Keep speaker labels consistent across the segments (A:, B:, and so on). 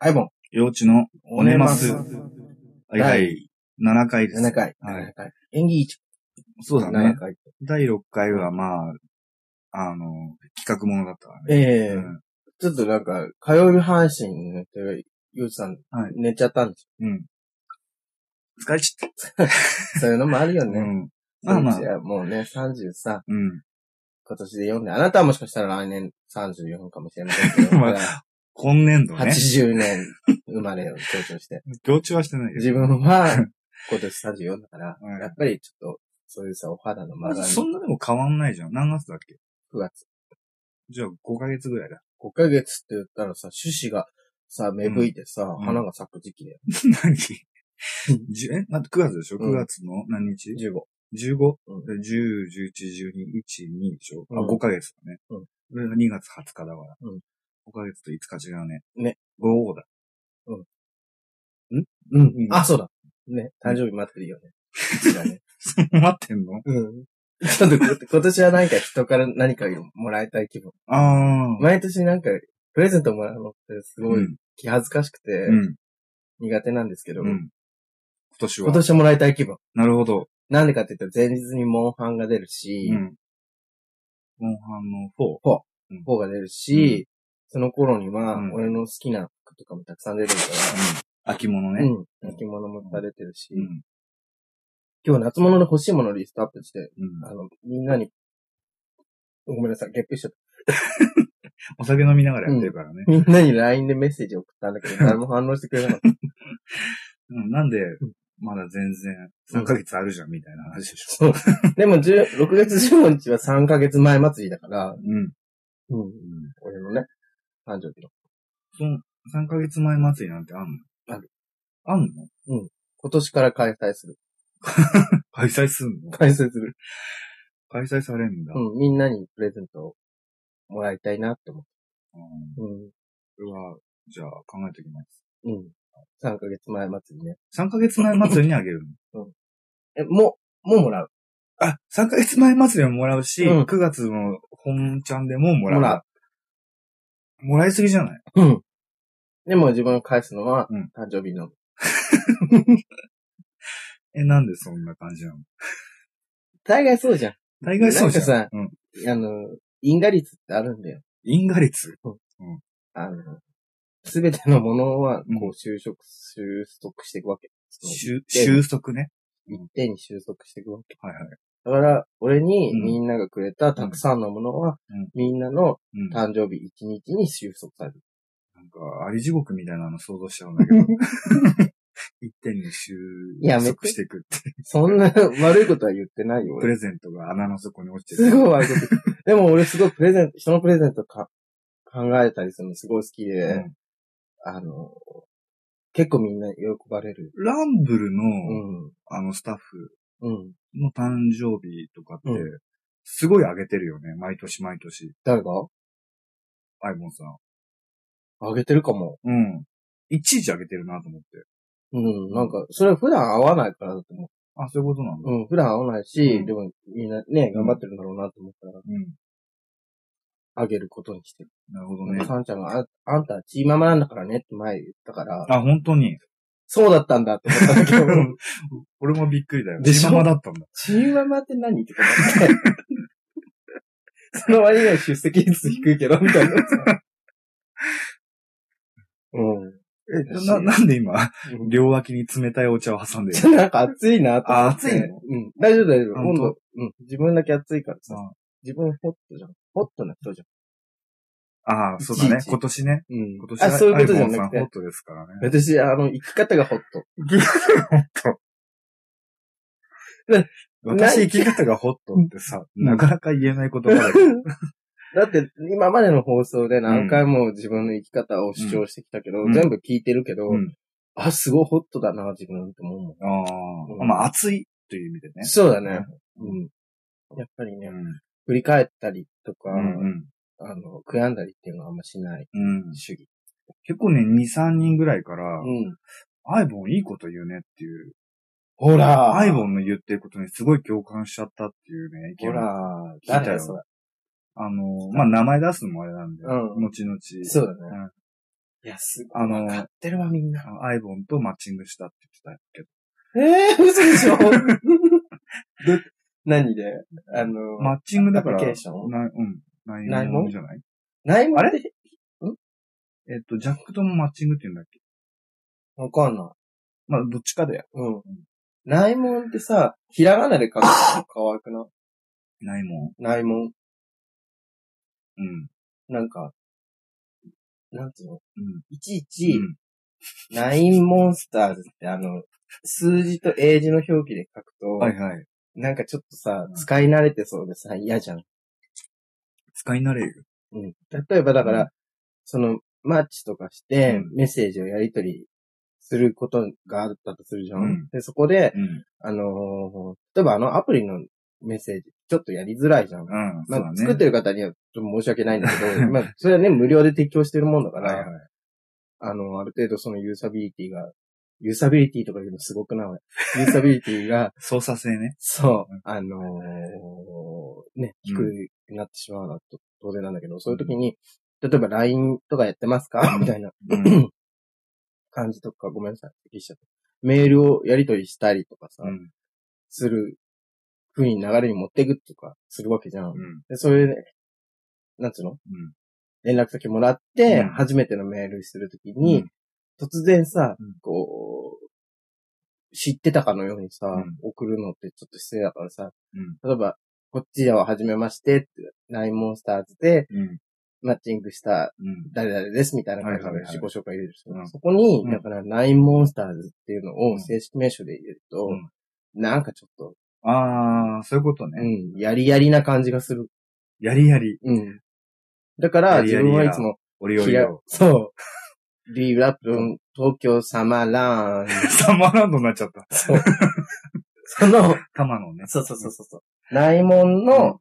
A: アイボン、
B: 幼稚のおねます。は
A: 7
B: いはい。7回です。
A: 回。
B: はい
A: 7回。演技一
B: そうだね
A: 7。回。
B: 第6回はまあ、あの、企画ものだったわね。
A: ええ
B: うん
A: ちょっとなんか、火曜日配信になって、ゆうさん、
B: はい
A: 寝ちゃったんです
B: うん。疲れちゃっ
A: よ。そういうのもある よ
B: た。う
A: ね。
B: ん。まあまあ
A: うち。はもうね、30さ、
B: うん。
A: 今年で4年。あなたはもしかしたら来年34かもしれませんけ ど、
B: ま今年度ね。
A: 80年生まれを強 調して。
B: 強調はしてないけど。
A: 自分は、 今年34だから、
B: うん
A: やっぱりちょっと、そういうさ、お肌の曲がり、
B: そんなでも変わんないじゃん。何月だっけ
A: 9月。
B: じゃあ5ヶ月ぐらいだ。
A: 5ヶ月って言ったらさ、種子がさ、芽吹いてさ、
B: ん
A: 花が咲く時期だよ。
B: 何じ え待って、9月でしょ
A: う
B: ?9
A: ん
B: 月の何日
A: 15。
B: ?15?10、
A: うん
B: 10、11、12、1、2でしょあ、
A: うん
B: 5ヶ月だね。
A: うん
B: それが2月20日だから。
A: うん
B: 5ヶ月と5日違うね。
A: ね。
B: 5だ。
A: うん
B: うん
A: あ、そうだ。ね、誕生日待ってるよね。うちら ね。
B: 待ってんの
A: うん。ちょっとこ今年はなんか人から何かもらいたい気分。
B: ああ。
A: 毎年なんか、プレゼントもらうのってすご
B: う
A: い
B: ん。
A: 気恥ずかしくて
B: うん。
A: 苦手なんですけど、
B: うん今年
A: 今
B: は。
A: 年はもらいたい気分。
B: なるほど。
A: なんでかって言ったら前日にモンハンが出るし
B: う、ん。モンハンの4。
A: 方、が出るし、その頃には
B: うん
A: 俺の好きな服とかもたくさん出てるか
B: うん。秋物
A: ら、う
B: ね。
A: ん。焼き物もいっぱい出てるし、
B: うん。
A: 今日夏物の欲しいものリストアップして、
B: うん。
A: あの、みんなに、ごめんなさい、ゲップしちゃった。
B: お酒飲みながらやってるからね。
A: みんなに LINE でメッセージ送ったんだけど、 誰も反応してくれなかった。
B: うん。なんで
A: ん、
B: まだ全然、3ヶ月あるじゃん、みたいな話でしょ。
A: でも、10 6月15日は3ヶ月前祭りだから、
B: うん。
A: うん、俺のね、誕生日の。
B: その、3ヶ月前祭りなんてあんの
A: あ
B: る。あんの
A: 今年から開催する。
B: 開催すんの
A: 開催する。
B: 開催されんだ。
A: うん、みんなにプレゼントをもらいたいなって思
B: うん
A: う。うん。
B: それは、じゃあ考えておきます。
A: うん。3ヶ月前祭りね。
B: 3ヶ月前祭りにあげるの
A: え、もう、もうもらう。
B: あ、3ヶ月前祭りももらうし、
A: うん
B: 9月の本ちゃんでももらう。
A: もら
B: う。もらいすぎじゃない
A: うん。でも自分が返すのは
B: うん、
A: 誕生日の
B: え、なんでそんな感じなの
A: 大概そうじゃん。
B: 大概そうじゃん。
A: なんかさ
B: うん。
A: あの、因果率ってあるんだよ。
B: 因果率。
A: あの、すべてのものは、
B: うん
A: こう、収束、収束していくわけ。その
B: 収
A: で
B: 収束ね。
A: 一定に収束していくわけ。
B: はいはい。
A: だから、俺に
B: うん
A: みんながくれたたくさんのものは、
B: うん
A: みんなの
B: うん。
A: 誕生日一日に収束される。
B: なんか、あり地獄みたいなの想像しちゃうんだ けど。一点に収
A: やめて
B: 束していくって。
A: そんな 悪いことは言ってないよ、
B: プ
A: 俺。
B: レゼントが穴の底に落ちてる。
A: すごい悪いこと。でも俺すごいプレゼント、人のプレゼントか考えたりするのすごい好きで、
B: うん
A: あの、結構みんな喜ばれる。
B: ランブルの、
A: うん。
B: あのスタッフ
A: うん。
B: の誕生日とかって、
A: うん
B: すごい上げてるよね。毎年毎年。
A: 誰が
B: アイボンさん。
A: あげてるかも。
B: うん。いちいち上げてるなと思って。
A: うん、なんか、それは普段会わないからだと思
B: あ、そういうことなんだ
A: う。。うん、普段会わないし、
B: うん
A: でもみんなね、
B: うん
A: 頑張ってるんだろうなと思ったら、
B: うん。
A: あげることにしてる。
B: なるほどね。
A: サンちゃんがあ、あんたはチーママなんだからねって前言ったから、
B: あ、本当に。
A: そうだったんだって思ったんだけど、
B: 俺もびっくりだよ。
A: でしょ
B: 血ままだったんだ。
A: チーママって何ってことだねその割には出席率低いけど、みたいな。 うん。
B: え、な、なんで今、
A: うん
B: 両脇に冷たいお茶を挟んでる
A: ちょっとなんか暑いなと思って。
B: あ暑いの
A: うん。大丈夫大丈夫。
B: 本
A: 温
B: 当
A: 度、うん。自分だけ暑いからさ
B: あ。
A: 自分ホットじゃん。ホットな人じ
B: ああ、そうだ
A: い
B: ね
A: ちい。ち
B: 今年ね。
A: ゃん。うん。
B: 今年
A: あ、そういうことじゃ
B: アイボン
A: な
B: さ
A: く
B: んホッ
A: て。
B: トですからね。
A: 私、あの、生き方がホット。
B: 私生き方がホットってさ、
A: うん
B: なかなか言えない言葉だけど。
A: だって、今までの放送で何回も自分の生き方を主張してきたけど、
B: うん
A: 全部聞いてるけど、
B: うん
A: あ、すごいホットだな、自分って思うもん。
B: あ
A: う
B: あ、
A: ん
B: まあ熱いという意味でね。
A: そうだね。
B: う
A: うん。やっぱりね、
B: うん。
A: 振り返ったりとか、
B: うんうん
A: あの、悔やんだりっていうのはあんましない
B: うん
A: 主義。
B: 結構ね、2、3人ぐらいから、
A: うん。
B: アイボンいいこと言うねっていう。
A: ほら
B: アイボンの言ってることにすごい共感しちゃったっていうね、意
A: ほ
B: 見が。聞
A: ら、
B: いたよ
A: 誰それ
B: あの、まあ、名前出すのもあれなんで、
A: うん
B: 後々。
A: そうだね。いや、す
B: あの
A: 買ってるわ、みんな。
B: アイボンとマッチングしたって言ってたけど。
A: ええー、嘘でしょ ど何であの、
B: マッチングだから、
A: アプリケーション
B: なうん。ない
A: ないもん
B: もんじゃない
A: ないもんで
B: えっと、ジャックともマッチングって言うんだっけ
A: わかんない。
B: まあ、どっちかだよ。
A: うん。内門ってさ、ひらがなで書くの可愛くな
B: ないも
A: い内門。
B: ん。うん。
A: なんか、なんつうの
B: うん。
A: いちいうち、
B: ん。
A: ナインモンスターズってあの、数字と英字の表記で書くと、
B: はいはい。
A: なんかちょっとさ
B: う、ん
A: 使い慣れてそうでさ、嫌じゃん。
B: 使い慣れる。
A: うん。例えばだから、
B: う
A: その、マッチとかして
B: う、
A: メッセージをやり取りすることがあったとするじゃん。
B: うん
A: で、そこで、
B: うん。
A: あのー例えばあのアプリのメッセージ、ちょっとやりづらいじゃん。
B: うん。
A: ま
B: そう
A: あ、
B: だね。
A: 作ってる方にはちょっと申し訳ないんだけ ど、まあ、それはね、無料で提供してるもんだか
B: はいはい
A: ら、。あの、ある程度そのユーサビリティが、ユーサビリティとか言うのすごくない。ユーサビリティが、
B: 操作性ね。
A: そう、あのーね、低
B: う
A: くなってしまうのはと当然なんだけど、そういう時に、例えば LINE とかやってますかみたいな
B: うん。
A: 感じとか、ごめんなさい、適しちゃったメールをやり取りしたりとかさ
B: う、ん。
A: する風に流れに持っていくとかするわけじゃ
B: う。
A: ん
B: ん。
A: で、それで、なんつうの
B: うん
A: 連絡先もらって、
B: うん
A: 初めてのメールするとき
B: う
A: に
B: ん、
A: 突然さ
B: うん、
A: こう、知ってたかのようにさ、
B: うん
A: 送るのってちょっと失礼だからさ、
B: うん
A: 例えば、こっちでは初めましてって、ラインモンスターズで
B: うん。
A: マッチングした
B: うん。
A: 誰々ですみたいな感じ
B: はいはい
A: で
B: はい
A: 自己紹介入れるでしょ
B: うん
A: そこに、
B: うん
A: だから、ナインモンスターズっていうの
B: う
A: を
B: ん
A: 正式名称で入れると
B: う、ん
A: なんかちょっと、
B: あー、そういうこと
A: う
B: ね。
A: ん、やりやりな感じがする。
B: やりやり、
A: うん。だから、
B: やり
A: 自
B: やりや
A: 分はいつも、
B: おりお
A: ひ
B: り
A: ら
B: を。
A: そう。リーラップン、東京サマーラーン。
B: サマーランドになっちゃった。
A: その、
B: 玉のね。
A: そうそうそうそう。内門の、ん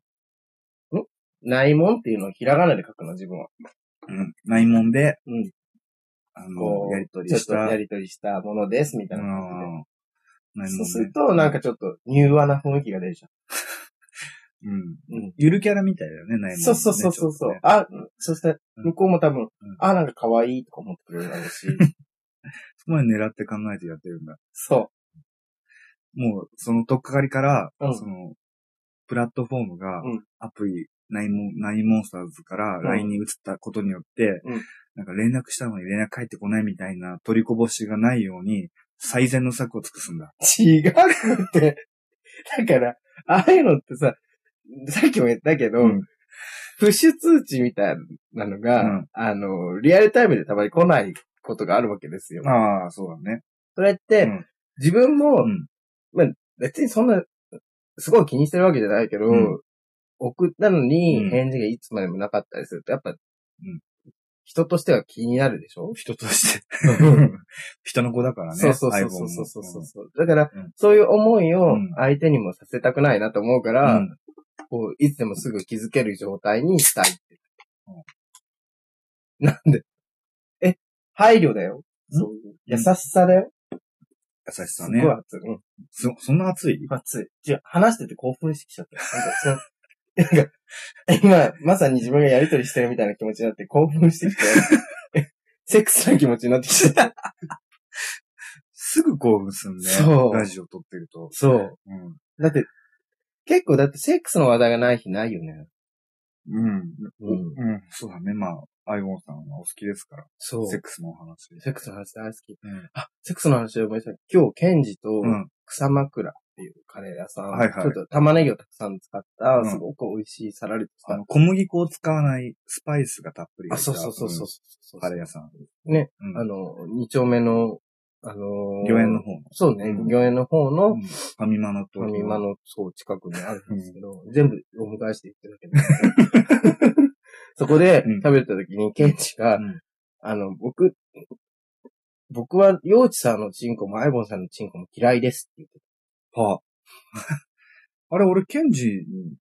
A: 内門っていうのをひらがなで書くの、自分は。
B: うん。ないもんで、
A: うん
B: あの
A: こ、う、
B: やりとりし
A: ちょ
B: た。
A: っとや
B: り
A: りとりしたものです、みた
B: う
A: い
B: ん
A: な感。
B: ない
A: じで。
B: もん
A: そうする
B: ね。
A: と、なんかちょっと、柔和な雰囲気が出るじ
B: うん。
A: ゃん。うん。
B: ゆるキャラみたいだよね、ないもんね。
A: そうそうそうそう
B: ち
A: そ
B: ょ
A: う、
B: っとね
A: あ、そして、向こうも多分、
B: ん
A: あ、なんか可愛いとか思ってくれるだ ろうし。
B: そこまで狙って考えてやってるんだ。
A: そ
B: もう、そのとっかかりから、
A: うん
B: その、プラットフォームが
A: うん、
B: アプリ、ナイモン、ナインモンスターズから
A: ん
B: LINE に移ったことによって、
A: うん
B: なんか連絡したのに連絡返ってこないみたいな取りこぼしがないように、最善の策を尽くすんだ。
A: う。違うって。だから、ああいうのってさ、さっきも言ったけど、
B: うん
A: プッシュ通知みたいなのが、
B: うん
A: あの、リアルタイムでたまに来ないことがあるわけですよ。
B: ああ、そうだね。
A: それって、
B: うん
A: 自分も、
B: うん
A: 別にそんな、すごい気にしてるわけじゃないけど、
B: うん
A: 送ったのに
B: うん
A: 返事がいつまでもなかったりすると、やっぱ、
B: ん
A: 人としては気になるでしょ
B: 人として。 人の子だからね。
A: そうそうそう
B: 相棒も
A: そうそうそうそう。だから、
B: うん
A: そういう思いうを
B: ん
A: 相手にもさせたくないなと思うか
B: う
A: ら、
B: ん
A: こう、いつでもすぐ気づける状態にしたいって。なんでえ、配慮だよ。そういう優しさだよ。
B: 優しさ
A: すごい
B: ね。
A: 熱い。うん。
B: そ、そんな熱い
A: 熱い。じゃ話してて興奮してきちゃった。なんかその、なんか、今、まさに自分がやりとりしてるみたいな気持ちになって興奮してきて、 セックスな気持ちになってきちゃった。
B: すぐ興奮すんね。
A: そう
B: ラジオ撮ってると。
A: そう。
B: うん。
A: だって、結構だってセックスの話題がない日ないよね。
B: うん。
A: うん。
B: うん。そうだね。まあ、アイボンさんはお好きですから。
A: そう。
B: セッ
A: セ
B: クスのお話。
A: ックスの話大好き。
B: うん
A: あ、セックスの話で思い出した。今日、ケンジと
B: うん。
A: 草枕っていうカレー屋さん、
B: はいはい
A: ちょっと玉ねぎをたくさん使った
B: う、ん
A: すごく美味しいサラリとした。
B: あの、小麦粉を使わないスパイスがたっぷり入っ
A: あ、
B: た
A: そうそうそうそ
B: う
A: うそうそ
B: ん
A: う。
B: カレー屋さん。
A: ね、
B: うん
A: あの、二丁目の、あのー
B: 御苑の方の。
A: そうね、
B: うん
A: 御苑の方の、
B: うんファミマのと。
A: ファミマの、そう、近くにあるんですけど、全部お迎えして言ってるけど。 そこで
B: うん
A: 食べた時に、ケンチが、
B: うん
A: あの、僕、僕は、幼稚さんのチンコも、アイボンさんのチンコも嫌いですって言って
B: は あ。あれ、俺、ケンジに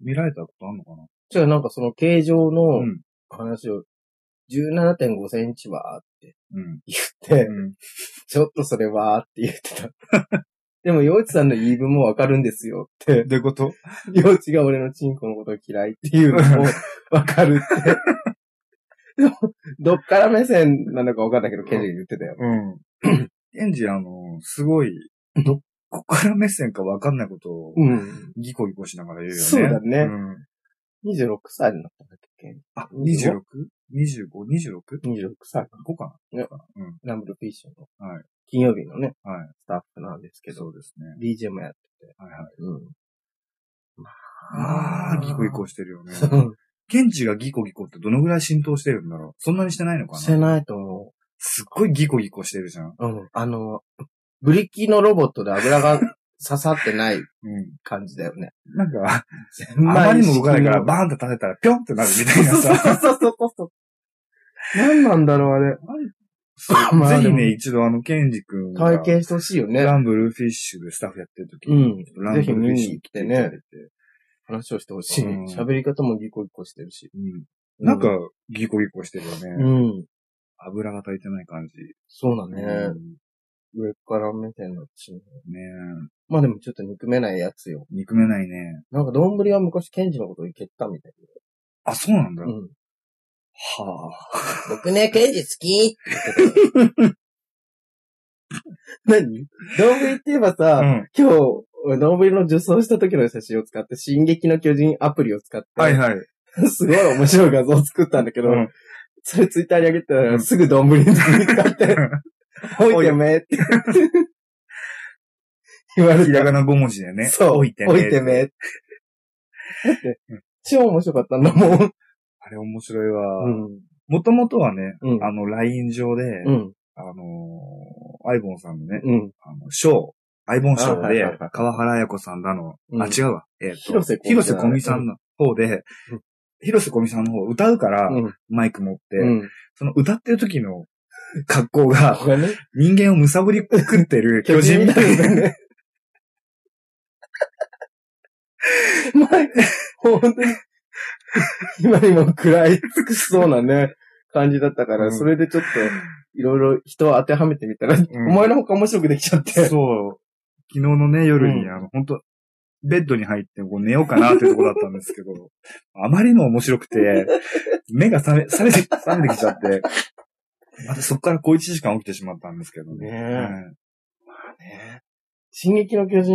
B: 見られたことあんのかな
A: じゃあなんかその形状の
B: ん。
A: 話を、17.5センチはって
B: うん。
A: 言って、
B: うん
A: ちょっとそれはって言ってた。 でも、幼稚さんの言い分もわかるんですよって、
B: どういうこと
A: 幼稚が俺のチンコのことを嫌いっていうのもわかるって。 どっから目線なのかわかんないけど、ケンジが言ってたよ。
B: うん。エンジ、あの、すごい、どこから目線かわかんないことを、
A: うん。
B: ギコギコしながら言うよね。
A: そうだね
B: うん。
A: 26歳になったんだっけ
B: あ、26?25?26?5
A: 26歳。
B: か
A: ラムルピーションの。
B: はい
A: 金曜日のね、
B: なはい。
A: スタッフなんですけど、
B: そうですね。
A: DJ もやってて。
B: はいはい。
A: うん。
B: あー、ギコギコしてるよね。
A: そう。
B: ケンチがギコギコってどのぐらい浸透してるんだろうそんなにしてないのかな
A: してないと思う。
B: すっごいギコギコしてるじゃん。
A: うん。あの、ブリキのロボットで油が刺さってない
B: うん。
A: 感じだよね。
B: なんか、あ
A: あ
B: まりにも動かないから、バーンと立てたらピョンってなるみたいなさ。
A: そうそうそうそう。何なんだろう、あれ。
B: そう
A: まあ
B: ぜひ
A: で
B: ね、
A: も
B: 一度あの、ケンジ君が、
A: 体験してほしいよね。
B: ランブルフィッシュでスタッフやってる時
A: う
B: に、
A: ん。
B: ランブルフィッシュいただいて
A: ぜ。話をしてほしい。
B: うん
A: 喋り方もギコギコしてるし。
B: うん。なんか、、ギコギコしてるよ
A: う
B: ね。
A: ん。
B: 油が足りてない感じ。
A: そうだね
B: う。ん
A: 上から目線だし。
B: ねえ
A: まあでもちょっと憎めないやつよ。
B: 憎めないね。
A: なんか、丼は昔、ケンジのこといけたみたい
B: あ、そうなんだ。
A: な。
B: は
A: うん。
B: あ。
A: 僕ね、ケンジ好きって言っ てたよ。何丼って言えばさ、
B: うん。
A: 今日、俺丼の受賞した時の写真を使って、進撃の巨人アプリを使って、
B: はいはい。
A: すごい面白い画像を作ったんだけど、
B: うん
A: それツイッターに上げた
B: う
A: ら、
B: ん
A: すぐ丼に使って、 置いてめって言われ
B: ひ
A: た
B: ら。がな5文字でね。
A: そう。
B: 置いてね。
A: 置いてめ。だって、超面白かったんだもん。
B: あれ面白いわ。
A: うん。
B: もともとはね、
A: うん
B: あの、LINE 上で、
A: うん。
B: あのー、アイボンさんのね、
A: うん。
B: あの、ショー、アイボンショ
A: あ
B: ー
A: はい
B: で
A: はいはい、
B: 川原彩子さんだの、
A: うん
B: あ、違うわ。えっと、
A: 広瀬香美
B: 広瀬香美さんの方で
A: うん、
B: 広瀬香美さんの方歌うから、
A: うん。
B: マイク持って、
A: うん。
B: その歌ってる時の格好が、
A: 他ね、
B: 人間をむさぶりくって る巨人みたいな。
A: ね。まあ、本当に、今にも食らい尽くしそうなね、感じだったから、
B: うん
A: それでちょっと、いろいろ人を当てはめてみたら、
B: ん
A: 思いのほか面白くできちゃって。
B: そう。昨日のね、夜に、
A: うん
B: あの、本当ベッドに入ってこう寝ようかなっていうところだったんですけど、 あまりの面白くて、目が覚め、覚めて、覚めてきちゃって、またそこから小一時間起きてしまったんですけどね。
A: ねえ
B: はい
A: ね進撃の巨人、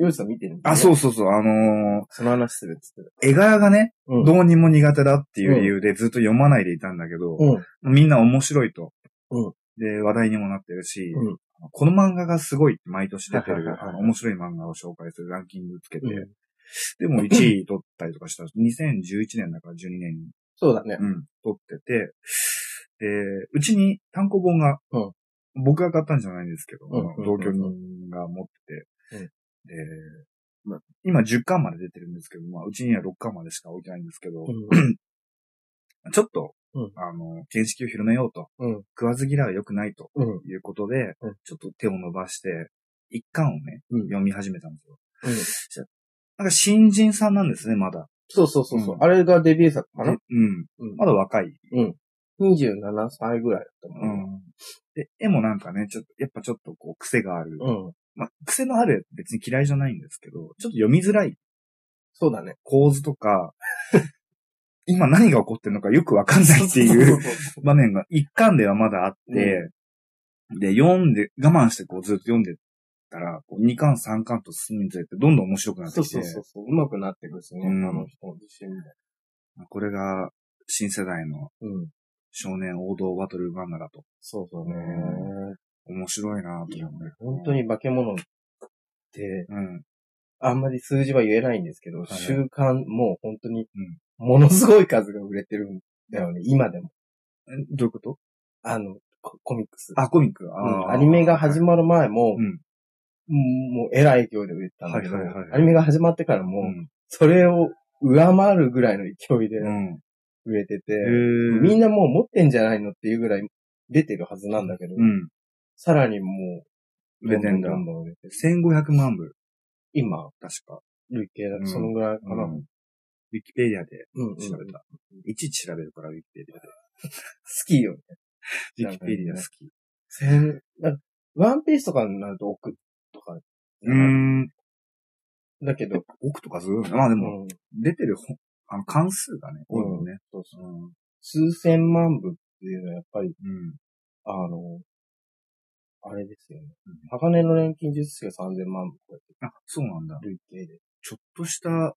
A: ヨウジさん見てる
B: あ、
A: う。
B: そうそうそう、あの
A: その話するっつって
B: ー絵柄がね、
A: た。うん
B: どうにも苦手だっていう理由でずっと読まないでいたんだけど、
A: うん。
B: みんな面白いと。
A: うん
B: で、話題にもなってるし、
A: うん
B: この漫画がすごいって毎年出て
A: はいは
B: る
A: いはい、はい
B: あの面白い漫画を紹介するランキングつけて、
A: うん
B: でも1位取ったりとかした ら、2011年だから12年に、
A: そうだね。
B: うん、取ってて、で、うちに単行本が、
A: うん
B: 僕が買ったんじゃないんですけど、
A: うんうんうん
B: 同居人が持ってて、
A: うん
B: で、まあ、今10巻まで出てるんですけど、まあ、うちには6巻までしか置いてないんですけど、
A: うん
B: ちょっと、
A: うん
B: あの、見識を広めようと、
A: うん。
B: 食わず嫌いは良くないと
A: うん。
B: いうことで、
A: うん
B: ちょっと手を伸ばして、一巻をね、
A: うん
B: 読み始めたんですよ。
A: うん
B: なんか新人さんなんですね、まだ。
A: そうそうそうそう。
B: うん
A: あれがデビュー作かな
B: でうん。
A: うん
B: まだ若い。
A: 27歳ぐらいだったも
B: うん
A: ね。
B: ん。で、絵もなんかね、ちょっと、やっぱちょっとこう、癖がある。
A: うん。
B: まあ、癖のある絵別に嫌いじゃないんですけど、ちょっと読みづらい
A: そうだね。
B: 構図と か、今何が起こってるのかよくわかんないっていう
A: そうそうそ う
B: 場面が一巻ではまだあって、で、読んで、我慢してこうずっと読んでたら、こう二巻三巻と進むにつれてどんどん面白くなって
A: そう
B: きて、
A: そうそうそう。うまくなってくるしね、
B: うん
A: あの人の自身も。
B: これが新世代の
A: うん。
B: 少年王道バトル漫画だと
A: そうそうね。
B: 面白いなぁと思う。
A: 本当。に化け物って、
B: うん。
A: あんまり数字は言えないんですけど、
B: はいはい
A: 週刊もう本当に
B: ん、
A: ものすごい数が売れてるんだよね、今でも。
B: えどういうこと
A: あの、ココミックス。
B: あ、コミック。
A: う
B: あー
A: んアニメが始まる前も、
B: うん
A: うんもう、えらい勢いで売れてたんだけど、
B: はいはいはいはい
A: アニメが始まってからも、それを上回るぐらいの勢いで
B: うん。
A: 売れてて、
B: うん。
A: みん
B: な、
A: なもう持ってんじゃないのっていうぐらい出てるはずなんだけど、
B: うん。
A: さらにもう、
B: 売れてんだ
A: どんどんどんどん売れてる
B: 1500万部、
A: 今、
B: 確か。
A: 累計
B: う
A: だ、
B: ん
A: そのぐらいかな。
B: う
A: うん
B: ウ
A: ん
B: ィキペディアで
A: うん
B: 調べた。いちいち調べるから、ウィキペディア
A: 好きよね。
B: で。ウィキペディア好き。
A: 千、なんかワンピースとかになると億とか。
B: うーん。
A: だけど、
B: 奥とかするよねまあでも、
A: うん
B: 出てる本、あの、関数がね、多いもんね。
A: そう
B: うん。
A: 数千万部っていうのはやっぱり、
B: うん。
A: あの、あれですよね。鋼の錬金術師が3000万部超えて
B: あ、そうなんだ。
A: る、累計で。
B: ちょっとした、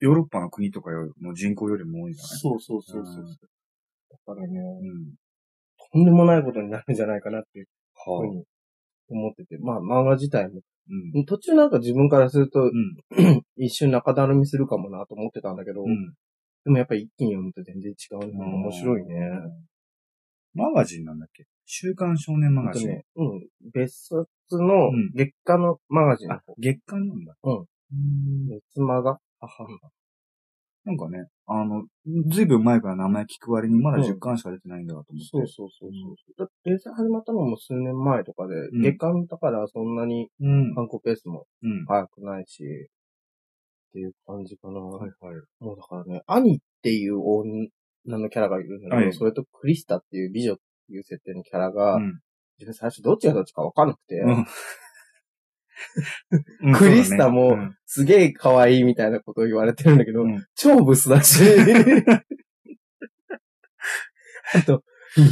B: ヨーロッパの国とかよりも人口よりも多いんじゃない
A: そうそうそうそうそう
B: うん
A: だからね、
B: うん。
A: とんでもないことになるんじゃないかなっていうふう
B: はあ。
A: に思ってて。まあ、漫画自体も。
B: うん。
A: 途中なんか自分からすると、
B: うん。
A: 一瞬中だるみするかもなと思ってたんだけど、
B: うん。
A: でもやっぱり一気に読むと全然違うな。
B: うん
A: 面白いね。
B: マガジンなんだっけ週刊少年マ
A: あ
B: ガ
A: と
B: ジン。
A: ね、うん。別冊の
B: うん
A: 月刊のマガジンの
B: あ
A: 方。、
B: 月刊なんだ。
A: うん
B: ん。
A: 月マガ母
B: なんかね、あの、ずいぶん前から名前聞く割にまだ
A: うん
B: 10巻しか出てないんだなと思って。
A: そうそうそうそう。だって連載始まったのも数年前とかで、
B: ん
A: 月刊だからそんなに
B: うん。
A: 観光ペースも
B: うん。
A: 速くないし、っていう感じかな。
B: はいはい。
A: もうだからね、兄っていう女のキャラがいるんだけど、
B: はい
A: それとクリスタっていう美女っていう設定のキャラが、
B: うん
A: 自分最初どっちがどっちかわかんなくて、
B: うんうん
A: クリスタ
B: そう
A: も
B: だね
A: すげえ可愛いみたいなことを言われてるんだけど、
B: うん
A: 超ブスだし。 あと、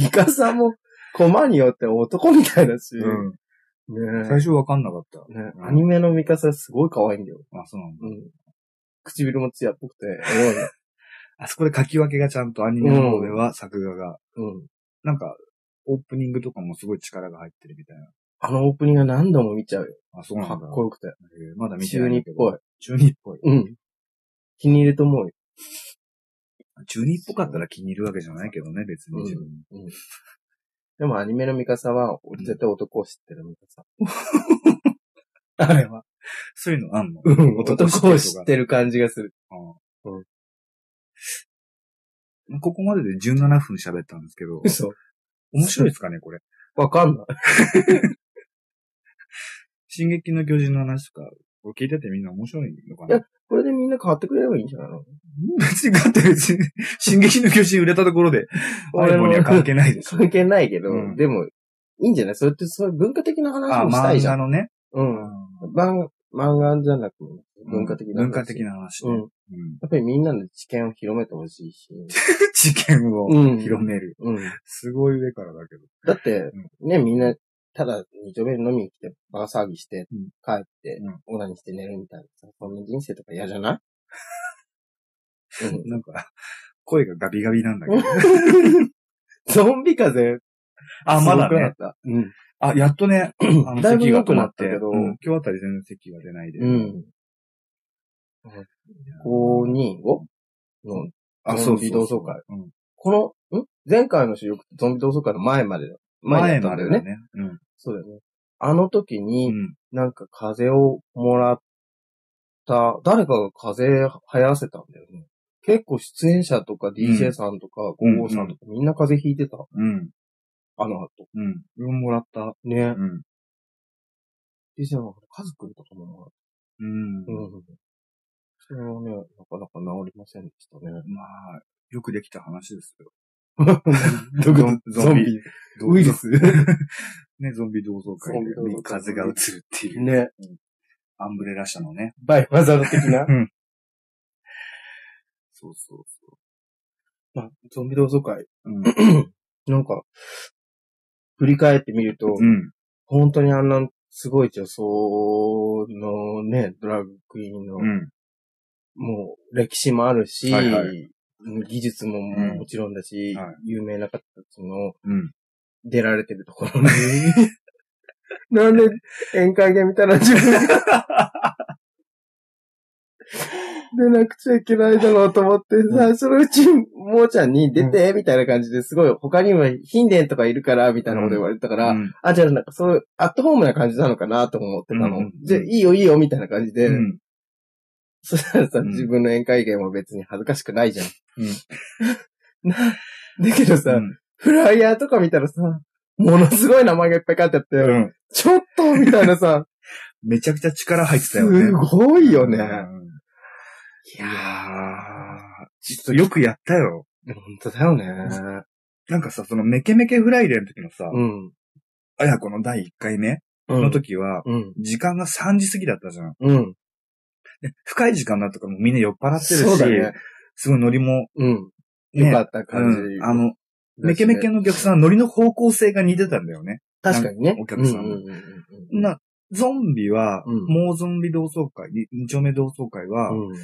A: ミカサも、コマによって男みたいだし。
B: うんうん
A: ね
B: 最初わかんなかった。
A: えね
B: うん
A: アニメのミカサすごい可愛いんだよ。
B: あ、そうなんだ。
A: うん。唇もツヤっぽくて、エロい
B: あそこで書き分けがちゃんとアニメの方では作画が。
A: の。うん。
B: なんか、オープニングとかもすごい力が入ってるみたいな。
A: あのオープニングは何度も見ちゃうよ。
B: あ、そうなん
A: か
B: だ。
A: っこよくて。
B: えーまだ見てな
A: 中
B: いんだ
A: 二っ
B: けど。
A: ぽい。
B: 中二っぽい。
A: うん。気に入ると思うよ。
B: 中二っぽかったら気に入るわけじゃないけどね、別に自分。
A: でもアニメのミカサは、俺
B: うん
A: 絶対男を知ってるミカサ。あれは。
B: そういうのあんの
A: うん、
B: 男を知ってるとか
A: 男を知ってる感じがする。
B: あ
A: うん
B: ーここまでで17分喋ったんですけど、
A: 嘘。
B: 面白いですかね、これ。
A: わかんない。
B: 進撃の巨人の話とか、これ聞いててみんな面白いのか
A: い
B: な
A: やこれでみんな変わってくれればいいんじゃないの
B: 別に、だって別に、進撃の巨人売れたところで、アイボには関係ないでしょ。
A: 関係ないけど、
B: うん
A: でも、いいんじゃないそれって、そういう文化的な話
B: あ、
A: もしたい
B: 漫
A: じゃ
B: 画
A: ん。
B: のね。
A: うん。漫漫画じゃなく、文化的な話。
B: 文化的な話
A: う
B: ね。う
A: ん。
B: ん。
A: やっぱりみんなの知見を広めてほしいし。
B: 知見を
A: うん
B: 広める。
A: うん。
B: すごい上からだけど。
A: だって、ね、みんな、ただ、二丁目飲みに来て、バカ騒ぎして
B: うん、
A: 帰って
B: うん、
A: オナにして寝るみたいなさ、そんな人生とか嫌じゃない うん。
B: なんか、声がガビガビなんだけど。
A: ゾンビ風
B: あ、まだ
A: すごくな
B: ね
A: かっ。た。うん。
B: あ、やっと ね、あの、
A: だいぶ
B: 咳が
A: 良く
B: 止ま
A: な
B: っ、
A: ってた
B: う
A: けど
B: ん今日あたり全然席が出ないで。
A: うん。525の、あの、ゾンビ同窓会。。
B: うん
A: この、ん前回の収録、ゾンビ同窓会の前までだ。
B: 前
A: 前だった
B: ま
A: ん
B: で
A: だよ
B: だ
A: ね。
B: ね。うん。
A: そうだよね。あの時
B: う
A: に、
B: ん
A: なんか風邪をもらった、誰かが風邪流行らせたんだよね。結構出演者とか DJ さんとか、
B: うん
A: ゴーさんとか、みんな風邪ひいてた。
B: うん。
A: あの後。
B: うん。俺ももらった。
A: ね
B: う。ん。
A: DJ のカズくんとかももらっ
B: うん
A: た。。うん。それはね、なかなか治りませんでしたね。
B: まあ、よくできた話ですよ。
A: ど
B: ういうこと
A: ゾンビ。ウイルス
B: ね、ゾンビ同窓会
A: ゾンビ同
B: で
A: 窓会
B: 風が映るっていう。
A: ね。
B: アンブレラ社のね。。
A: バイマザード的な
B: そうそうそ
A: まあ、ゾンビ同窓会。
B: う。うん。
A: なんか、振り返ってみると、
B: うん。
A: 本当にあんなすごい女装のね、ドラッグクイーンの、
B: うん。
A: もう歴史もあるし、
B: はいは
A: 技術も
B: ん
A: もちろんだし、
B: はい
A: 有名な方たちの
B: うん。
A: 出られてるところに、 なんで宴会で見たら自分が出なくちゃいけないだろうと思って、
B: ん
A: 最初のうち、もーちゃんに出て、みたいな感じですごい、他にも貧伝とかいるから、みたいなこと言われたから、
B: うん
A: あ、じゃあなんかそういう、アットホームな感じなのかなと思ってたの。
B: うんうん
A: じゃあいいよいいよみたいな感じで、
B: うん
A: そしたらさ、
B: うん
A: 自分の宴会芸も別に恥ずかしくないじゃん。な、 だけどさ、
B: うん
A: フライヤーとか見たらさ、ものすごい名前がいっぱい書いてあって、
B: うん。
A: ちょっとみたい なさ、
B: めちゃくちゃ力入ってた
A: す
B: よね。
A: ごいよね。
B: うんいやー、ちょっと
A: よ
B: よくやったよ。
A: 本当だよね。
B: なんかさ、そのメケメケフライデーの時のさ、
A: うん。
B: あやこの第1回目
A: うん
B: の時は、
A: うん。
B: 時間が3時過ぎだったじゃん。
A: うん。
B: 深い時間だとかもうみんな酔っ払ってるし、
A: そうだね。
B: すごいノリも
A: うん。良かった感じ、
B: うんあの、メケメケのお客さん、ノリの方向性が似てたんだよね。
A: 確かにね。
B: お客さん
A: うん
B: も
A: うんうんうん。
B: な、ゾンビは、
A: うん
B: もうゾンビ同窓会、に二丁目同窓会は、
A: うん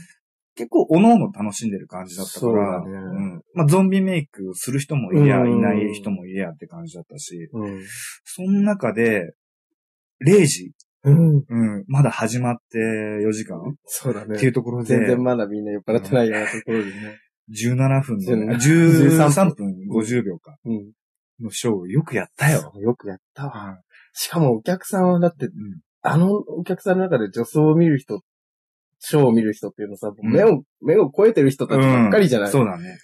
B: 結構、おのおの楽しんでる感じだったか
A: そう
B: ら、
A: だね
B: んまあ、ゾンビメイクする人もいりゃ、
A: うん
B: いない人もいりゃって感じだったし、
A: うん。
B: その中で、0時、
A: うん。
B: うん、まだ始まって4時間
A: そうだね。
B: っていうところで、
A: 全然まだみんな酔っ払ってないようなところでね。
B: 17分で、
A: 17
B: 13分50秒か、
A: うん。
B: のショー、よくやったよ。
A: そう。よくやったわ。
B: は
A: しかもお客さんはだって
B: い、うん
A: あのお客さんの中で女装を見る人、ショーを見る人っていうのさ、
B: ん
A: 目を、目を超えてる人たちばっかりじゃない、
B: そうだね。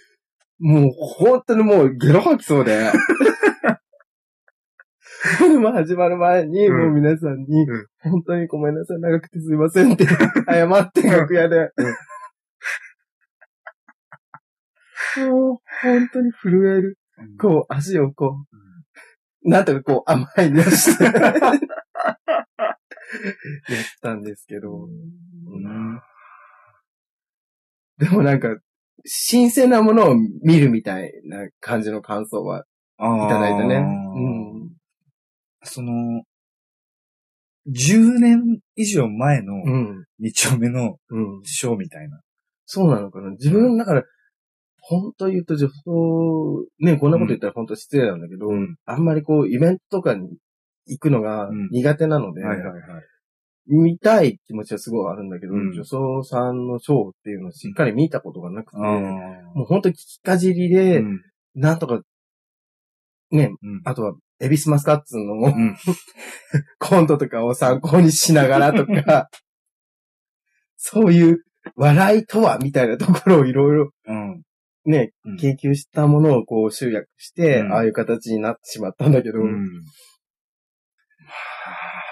A: もう本当にもうゲロ吐きそう で。まあ始まる前に、
B: うん
A: もう皆さんに、
B: うん
A: 本当にごめんなさい、長くてすいませんって、謝って楽屋で。もう本当に震える。
B: うん
A: こう、足をこう、なんとかこう甘いにして、 やったんですけど。
B: うん
A: でもなんか、新鮮なものを見るみたいな感じの感想は
B: あー
A: いただいたね。うん。
B: その、10年以上前の
A: うん。
B: 2丁目の
A: うん。
B: ショーみたいな。
A: そうなのかな。自分、だから、本当言うと女装、ね、こんなこと言ったら本当失礼なんだけど、
B: うん
A: あんまりこう、イベントとかに行くのが
B: うん
A: 苦手なので、
B: はい。
A: 見たい気持ちはすごいあるんだけど、
B: うん
A: 女装さんのショーっていうのをしっかり見たことがなくて、
B: ああ。
A: もう本当聞きかじりで、なんとか、ね、
B: うん
A: あとは、エビスマスカッツの
B: うん
A: コントとかを参考にしながらと か、そういう笑いとはみたいなところをいろいろ
B: うん。
A: ね、
B: うん
A: 研究したものをこう集約して、
B: うん
A: ああいう形になってしまったんだけど、
B: うん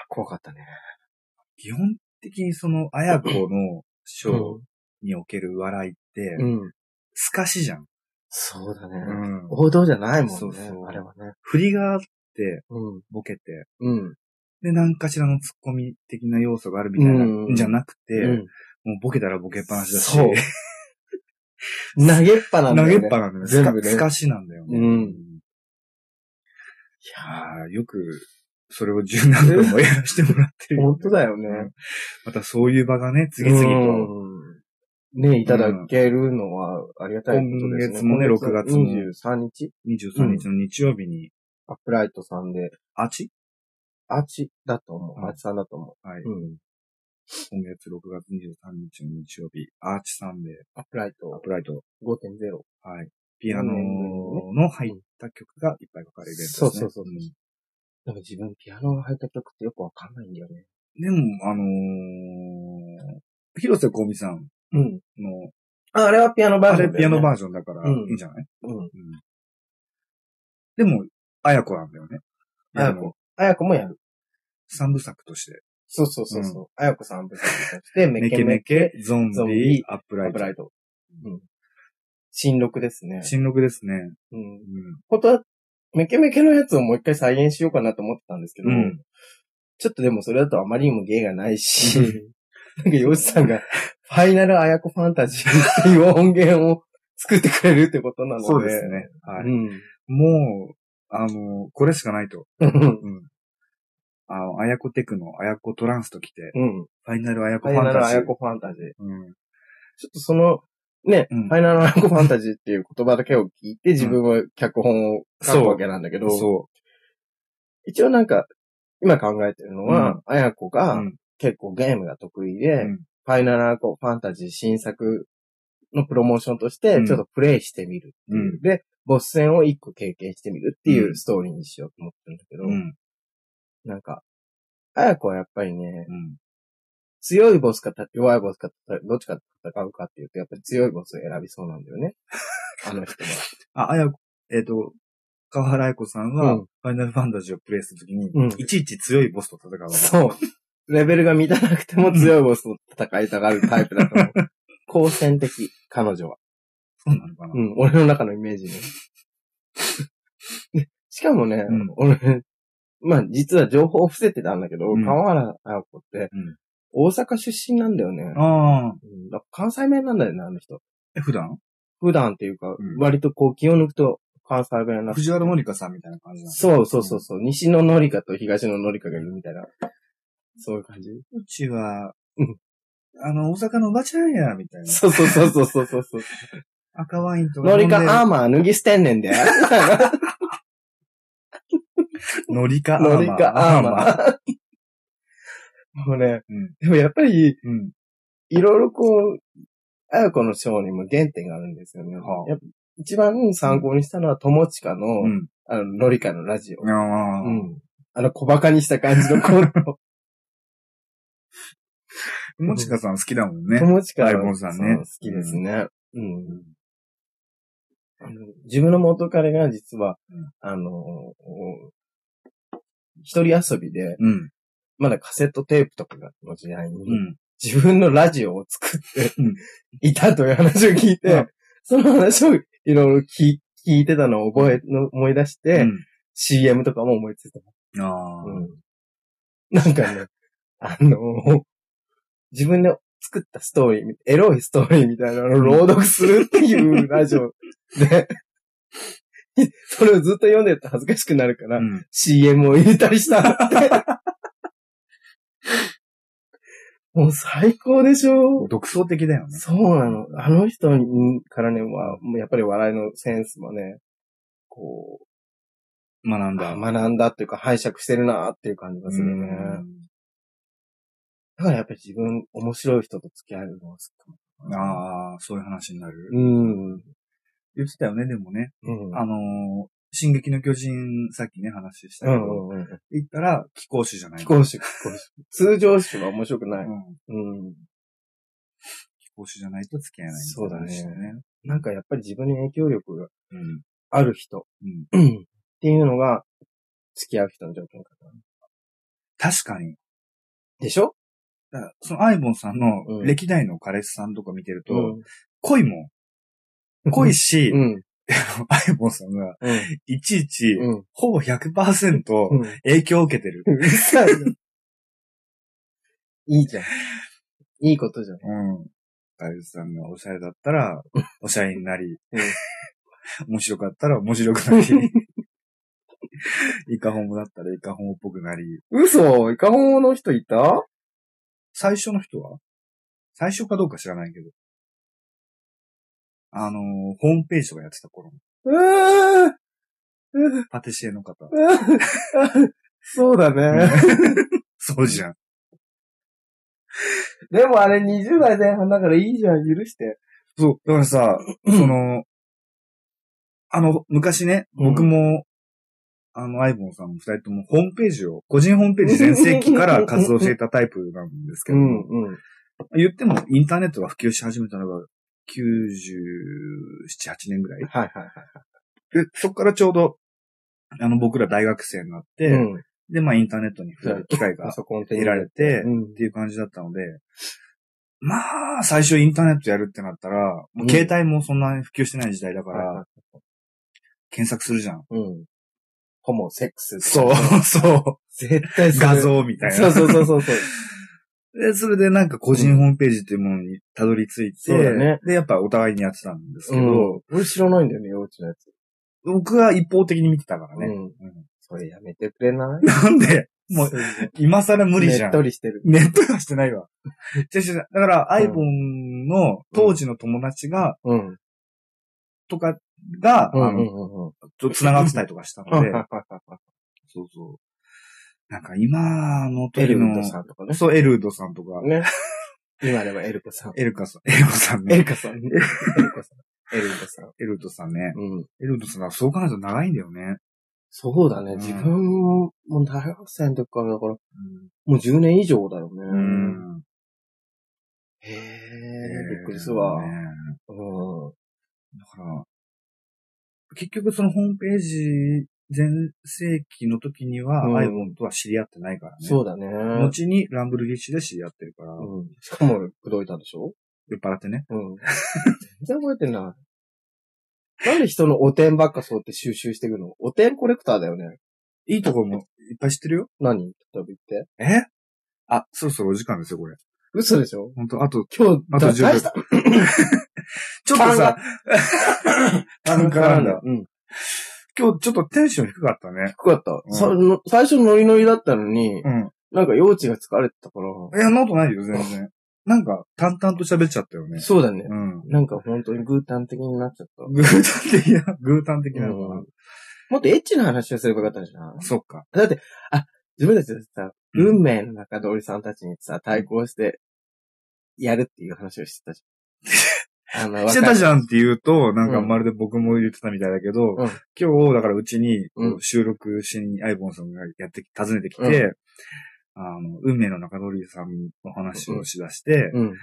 A: 怖かったね。
B: 基本的にその、あやこのショーにおける笑いって
A: う、ん。
B: 透かしじゃん。
A: そうだね。
B: うん
A: 王道じゃないもんね、
B: そうそう
A: あれはね。
B: 振りがあって、
A: うん。
B: ボケて、
A: うん。
B: で、何かしらの突っ込み的な要素があるみたいな、
A: うん
B: んじゃなくて、
A: うん
B: もうボケたらボケっぱなしだし、
A: そう投げっぱなんだ
B: 投
A: よね。
B: げっぱなんだよね。
A: 全
B: す
A: 部
B: か
A: ね
B: すかしなんだよね。
A: うん
B: いやーよく、それを十何分もやらせてもらってる。
A: 本当だよね。
B: またそういう場がね、次々と。
A: うん。ね、いただけるのはありがたいことですね。
B: 今月もね
A: 今
B: 6月も
A: 23日
B: 23日の日曜日に、
A: アップライトさんで、
B: あっち
A: アーチだと思う。
B: うん
A: アーチさんだと思。。
B: はいう
A: うん。
B: 今月6月23日の日曜日、アーチさんで、
A: アップライ
B: アッ
A: ト
B: プライト、
A: 5.0。
B: はい。ピアノ
A: う
B: の入った曲がいっぱいかかるイベントですね。
A: そうそうそうそうんでも自分ピアノが入った曲ってよくわかんないんだよね。
B: でも、あのー、広瀬香美さん
A: うん。
B: の、
A: あ、あれはピアノバー
B: あ
A: ジョ
B: れ
A: ンだ
B: ピ
A: よ
B: ア
A: ね。
B: ノバージョンだから、
A: う
B: い
A: ん
B: いんじゃない
A: うん。
B: でも、あやこなんだよね。
A: あやこ
B: あの。
A: あやこもやる。
B: 三部作として。
A: そうそうそうそう。あやこさん舞台として、メ
B: メ
A: ケ
B: ケ
A: メ
B: メ
A: ケ
B: ケ、、ゾン
A: ゾンビ
B: ビ、アップ
A: ア
B: ライ
A: ップ
B: ト。
A: ライト。うん。新録ですね。
B: 新録ですね。
A: うん
B: う。ん。
A: 本当は、メケメケのやつをもう一回再現しようかなと思ってたんですけど、
B: うん
A: ちょっとでもそれだとあまりにも芸がないし
B: う、
A: なんかヨシさんが、ファイナルアヤコファンタジーっていう音源を作ってくれるってことなので。
B: そうですね。はい。もう、あの、これしかないと。
A: うん。
B: うん。あの、あやこテクのあやこトランスと来て、
A: うん。
B: ファイナルあや
A: フ
B: こ
A: ァイ
B: ファ
A: ナ
B: ンタ
A: ルア
B: ジ
A: ヤ
B: ー
A: コ。ファンタジー。
B: うん。
A: ちょっとその、ね、
B: うん
A: ファイナルアヤコファンタジーっていう言葉だけを聞いて自分は脚本を書くわけなんだけど、
B: そ
A: 一応なんか、今考えてるのは、あやこ
B: う。
A: が
B: うん
A: 結構ゲームが得意で、
B: うん
A: ファイナルアーコファンタジー新作のプロモーションとして
B: う、ん
A: ちょっとプレイしてみるっていう。
B: う
A: で、ボス戦を一個経験してみるっていううんストーリーにしようと思ってるんだけど、
B: うん。
A: なんか、あやこはやっぱりね、
B: うん。
A: 強いボスか弱いボスか、どっちか戦うかっていうと、やっぱり強いボスを選びそうなんだよね。あの人は。
B: あ、あやこ、えっと、川原あやこさん
A: う
B: は
A: ん、
B: ファイナルファンタジーをプレイするときに
A: うん、
B: いちいち強いボスと戦うわけ。
A: そう。レベルが満たなくても強いボスと戦いたがるタイプだと思う。好戦的、彼女は。
B: そうなのかな
A: うん、俺の中のイメージね。 でしかもね、
B: うん
A: 俺、まあ実は情報を伏せてたんだけど、
B: うん
A: 川原綾子って
B: うん、
A: 大阪出身なんだよね。
B: ああ
A: うんだから関西弁なんだよね、あの人。
B: え、普段
A: 普段っていうか、
B: うん
A: 割とこう気を抜くと関西弁な。
B: 藤原紀香さんみたいな感じなんです
A: そうそうそうそう。西ののりかと東ののりかがいるみたいな。そういう感じ。
B: うちは
A: うん、
B: あの、大阪のおばちゃんや、みたいな。
A: そうそうそうそうそ うそうそう。
B: 赤ワインと
A: のりか
B: 飲んで
A: アーマー脱ぎ捨てんね んで。
B: のりかアーマー。
A: のりかアーマー。もうね、
B: うん
A: でもやっぱり、
B: うん。
A: いろいろこう、あやこの章にも原点があるんですよね。
B: はあ
A: やっぱ一番参考にしたのは、友近の、
B: うん。
A: あの、のりかのラジオ。
B: あ
A: う
B: ー
A: ん。あの、小馬鹿にした感じ のコント。
B: もちかさん好きだもんね。
A: 友近
B: あやこさんね
A: そう好きですね。うん。あの自分の元彼が実は
B: うん、
A: あの、一人遊びで、
B: うん。
A: まだカセットテープとかの時代に、
B: うん。
A: 自分のラジオを作って
B: うん
A: いたという話を聞いて、
B: うん
A: その話をいろいろ聞聞いてたのを覚え、の思い出して、CM とかも思いついた。
B: うん。ああ。
A: うんなんかね、あの自分で作ったストーリー、エロいストーリーみたいなのを朗読するっていうラジオで、 それをずっと読んでると恥ずかしくなるから、
B: うん
A: CM を入れたりしたんだ って。もう最高でしょ
B: 独創的だよね。
A: そうなの。あの人にからね、は、もうやっぱり笑いのセンスもね、こ
B: 学ん
A: う、
B: だ。
A: 学んだっていうか拝借してるなっていう感じがするね。だからやっぱり自分、面白い人と付き合えるのが好きか
B: うん
A: も。あ。
B: ああ、そういう話になる。
A: うん。うん。
B: 言ってたよね、でもね。あのー、進撃の巨人、さっきね、話した
A: う
B: けど、
A: んうんうん。
B: 言ったら、気候種じゃない
A: 非公式、非公式。通常種は面白くな
B: う
A: い。
B: ん。
A: うん。
B: 気候種じゃないと付き合えない。
A: そうだね
B: みたいな話ね
A: なんかやっぱり自分に影響力が
B: うん。
A: ある人
B: うん。
A: っていうのが、付き合う人の条件かな。
B: 確かに。
A: でしょ
B: だからそのアイボンさんの
A: うん
B: 歴代の彼氏さんとか見てると、
A: うん
B: 濃いもん。濃いし、
A: うん。
B: アイボンさんが、
A: うん。
B: いちいち、
A: うん。
B: ほぼ100%
A: うん。
B: 影響を受けてる。
A: うるさいな。いいじゃん。いいことじゃん。
B: うん。大仏さんがおしゃれだったら、おしゃれになり、面白かったら面白くなり、イカホモだったらイカホモっぽくなり、
A: 嘘イカホンの人いた
B: 最初の人は最初かどうか知らないけど。あのーホームページとかやってた頃の
A: うーん。
B: パティシエの方。
A: そうだね。
B: そうじゃん。
A: でもあれ20代前半だからいいじゃん、許して。
B: そう。だからさ、その、あの、昔ね、僕も、あの、アイボンさんも二人ともホームページを、個人ホームページ全盛期から 活動していたタイプなんですけ
A: う
B: ど、
A: ん、うん。
B: 言ってもインターネットが普及し始めたのが97、8年ぐらい。
A: はいはいは
B: で、
A: い。
B: そこからちょうど、あの、僕ら大学生になって、
A: うん。
B: で、まあ、インターネットに触れる機会
A: パ
B: が
A: ソコン手
B: 得
A: に
B: ら
A: 入
B: れ
A: れ
B: て
A: て。、うん
B: っていう感じだったので、まあ、最初インターネットやるってなったら、もう携帯もそんなに普及してない時代だか
A: はいは
B: ら、検索するじゃん。
A: いうん。ホモ、セックス。
B: そう、 そ
A: 絶対
B: う。
A: それ
B: 画像みたいな。
A: そうそうそうそうそう。
B: で、それでなんか個人ホームページっていうものにたどり着いて、
A: そうだね
B: で、やっぱお互いにやってたんですけ
A: う
B: ど、
A: ん。俺知らないんだよね、幼稚のやつ。
B: 僕は一方的に見てたから
A: う
B: ね。
A: ん。
B: うん
A: それやめてくれない
B: なんで、もう、今更無理じゃ
A: ねっ
B: ん。
A: とりしてる。
B: ネットはしてないわ。違う違う違うだから、アイボンの当時の友達が、
A: うん。
B: とかが、
A: うんう
B: あの
A: ん、うんうん。
B: と繋がってたりとかしたの
A: はい
B: で
A: は、いはいはい
B: そうそう。なんか今の
A: エ
B: 時
A: ル
B: の、
A: ドさんとかね。
B: そう、エルドさんとか、
A: ね。今ではエルコさん。
B: エルカさん、エル カさん
A: エ
B: ね。
A: ルカさん。エルコさん。エルコさん。
B: エルドさんね。
A: うん。
B: エルドさんはそう考えると長いんだよね。
A: そうだ
B: う
A: ね。
B: ん
A: 自分も、もう大学生の時からだから、もう10年以上だよね。
B: うん。
A: へえ、びっくりするわ。
B: ね
A: うん。
B: だから、結局そのホームページ全盛期の時には、
A: うん
B: アイボンとは知り合ってないからね。
A: そうだね。
B: 後にランブルギッシュで知り合ってるから、
A: うん。しかも俺、口説いたんでしょ
B: 酔っ払ってね。
A: うん。全然覚えてない。なんで人のお点ばっかそうやって収集していくのお点コレクターだよね。
B: いいところもいっぱい知ってるよ。
A: 何例えば言って。
B: えあ、そろそろお時間ですよ、これ。
A: 嘘でしょ
B: 本当あと、
A: 今日、
B: あと
A: だ
B: 10
A: 大した
B: ちょっとさ、パ ンからんだ。
A: うん。
B: 今日ちょっとテンション低かったね。
A: 低かった。
B: ん
A: さの最初ノリノリだったのに、
B: う
A: なんか幼稚が疲れてたから、
B: ん。いや、そんなことないよ、全然。なんか、淡々と喋っちゃったよね。
A: そうだね。
B: うん。
A: なんか本当に偶端的になっちゃった。
B: 偶端的な、偶端的なのか
A: もっとエッチな話をすればよかったんじゃない
B: な。そっか。
A: だって、あ、自分たちでさ、
B: うん
A: 運命の中通りさんたちにさ、対抗して、やるっていう話をしてたじゃ ん。あの
B: してたじ
A: ゃん。
B: ゃんって言うと、なんか
A: うん
B: まるで僕も言ってたみたいだけど、
A: うん
B: 今日、だからうちにこう
A: うん
B: 収録しにアイボンさんがやってき、訪ねてきて、
A: う
B: あの、運命の中通りさんの話をしだして、
A: うん。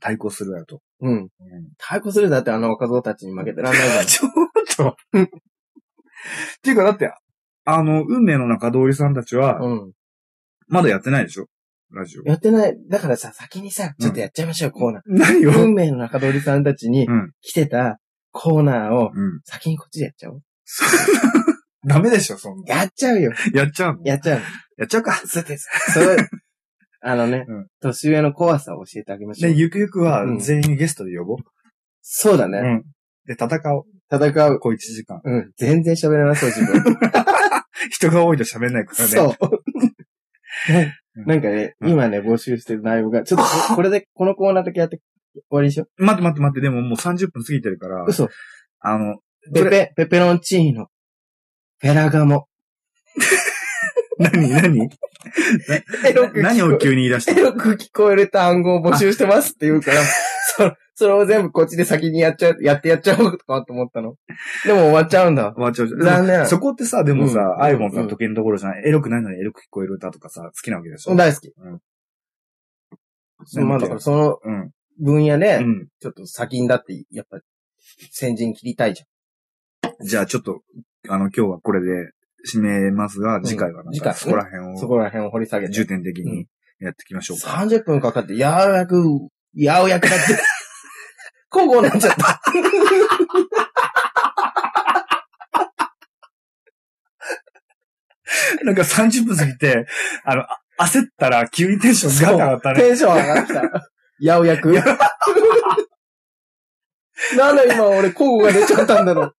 B: 対抗するだと。
A: うん。
B: うん
A: 対抗するだってあの若造たちに負けてらんないじ
B: ちょっと。っていうか、だって、あの、運命の中通りさんたち
A: ゃ
B: は
A: ん。、うん。
B: まだやってないでしょラジオ。
A: やってない。だからさ、先にさ、ちょっとやっちゃいましょう、コーナー。
B: ないよ。
A: 運命の中通りさんたちに
B: うん。
A: 来てたコーナーを、
B: うん。
A: 先にこっちでやっちゃおう。
B: ダメでしょ、そんな。
A: やっちゃうよ。
B: やっちゃうの
A: やっちゃう。
B: やっちゃうか。
A: そうです。それ、あのね、
B: うん
A: 年上の怖さを教えてあげましょ
B: で、
A: う。
B: ゆくゆくは
A: うん
B: 全員ゲストで呼ぼう。
A: そうだ
B: う
A: ね。
B: ん。で、戦おう。
A: 戦う。
B: こう1時間。
A: うん。全然喋らなそう、自分。
B: 人が多いと喋れないからね。。
A: そうう。 ねなんかね、
B: うん
A: 今ね、募集してる内容が、ちょっとこ、これで、このコーナーだけやって、終わりにしよう。
B: 待って待って待って、でももう30分過ぎてるから、
A: 嘘。
B: あの、
A: ペ
B: これ
A: ペ、ペペロンチーノ。ペラガ モ。
B: 何、何
A: エロく
B: 何
A: 聞
B: を
A: こ
B: 急に言い出し
A: え、
B: た
A: エロく聞こえる単語を募集してますって言う から、そそれを全部こっちで先にやっちゃう、やってやっちゃおうかと思ったの。でも終わっちゃうんだ。
B: わちゃわちゃ
A: 残
B: で
A: 念
B: もそこってさ、でもさ
A: う、ん
B: アイボンさ
A: うんん
B: 時計のところじゃない、エロくないのにエロく聞こえる歌とかさ、好きなわけでしょ。
A: 大好き。
B: うん
A: まあだからその
B: うん。
A: 分野
B: う
A: で、
B: ん。
A: ちょっと先にだって、やっぱ、先陣切りたいじ
B: じゃあちょっと、あの、今日はこれで締めますが、
A: ん
B: 次回はなん
A: 次回
B: か、
A: ね
B: そこら辺
A: ゃ
B: を、
A: ん。そこら辺を掘り下げ
B: 重
A: て。
B: 点的にやっていきましょうか。
A: 30分かかって、やうやく、やうやくだ って、交互になっちゃった。
B: なんか30分過ぎ て、あの、あ焦ったら急にテンションガタガタね。
A: テンション上が った。やうやく。なんで今俺交互が出ちゃったんだろう。
B: えー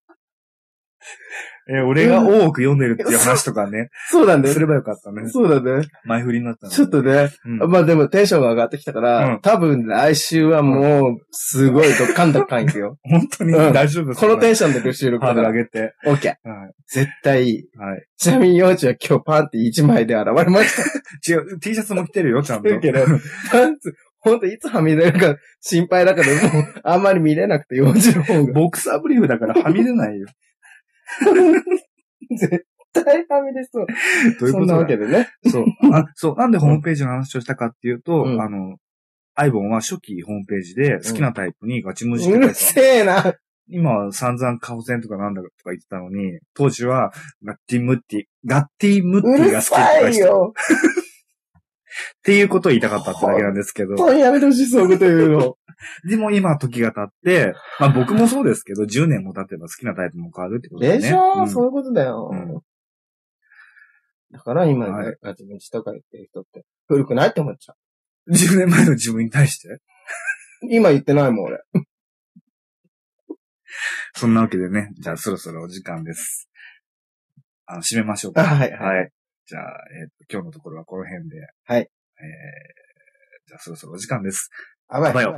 B: 俺が多く読んでるっていう話とかね、
A: そうなんだ
B: す
A: よ。
B: ればよかったね。
A: そうだね。
B: 前振りになったの。
A: ちょっとね。
B: うん、
A: まあでもテンションが上がってきたから、
B: うん
A: 多分来週はもう、すごいドッカンドッカンい くよ。
B: 本当に
A: うん
B: 大丈夫
A: このテ
B: ン
A: ンションで来る収録
B: ハー
A: だ
B: ド
A: か
B: ル
A: ら
B: 上。げて。
A: オッケー。
B: はい。
A: 絶対いい。
B: はい。
A: ちなみに幼稚は今日パンって1枚で現れました
B: 違う、T シャツも着てるよ、ちゃんと。
A: けど、パンツ、ほんといつはみ出るか心配だから、もうあんまり見れなくて幼稚の方が。
B: ボクサーブリーフだからはみ出 ないよ。
A: 絶対はみ出そ
B: ど
A: う。
B: ういう
A: そ
B: こと
A: ん
B: だ
A: なわけでね。
B: そう。 あ、そう。なんでホームページの話をしたかっていうと、
A: うん
B: あの、アイボンは初期ホームページで好きなタイプにガチムジって
A: う
B: 書い
A: る
B: てたの、
A: せえな。
B: 今は散々顔線とかなんだとか言ってたのに、当時はガッティムッティ、ガッティムッ
A: う
B: ティが好
A: る
B: きって
A: さ
B: 言っ
A: い
B: てたっ
A: よ。
B: ていうことを言いたかったってだけなんですけど、
A: 本当にやめてほしい、そういうこと言うの。
B: でも今時が経って、まあ僕もそうですけど、10年も経てば好きなタイプも変わるってことだよ
A: で
B: ね。
A: しょ、
B: うん
A: そういうことだよ。
B: うん
A: だから今、
B: はい
A: ガチムチとか言ってる人って、古くないって思っちゃう。
B: 10年前の自分に対して
A: 今言ってないもん、俺。
B: そんなわけでね、じゃあそろそろお時間です。あの、締めましょう
A: あ
B: か。
A: はい、はい。
B: はい。じゃあ、えっと今日のところはこの辺で。
A: はい
B: えー、じゃあそろそろお時間です。
A: 危ない。
B: バイオ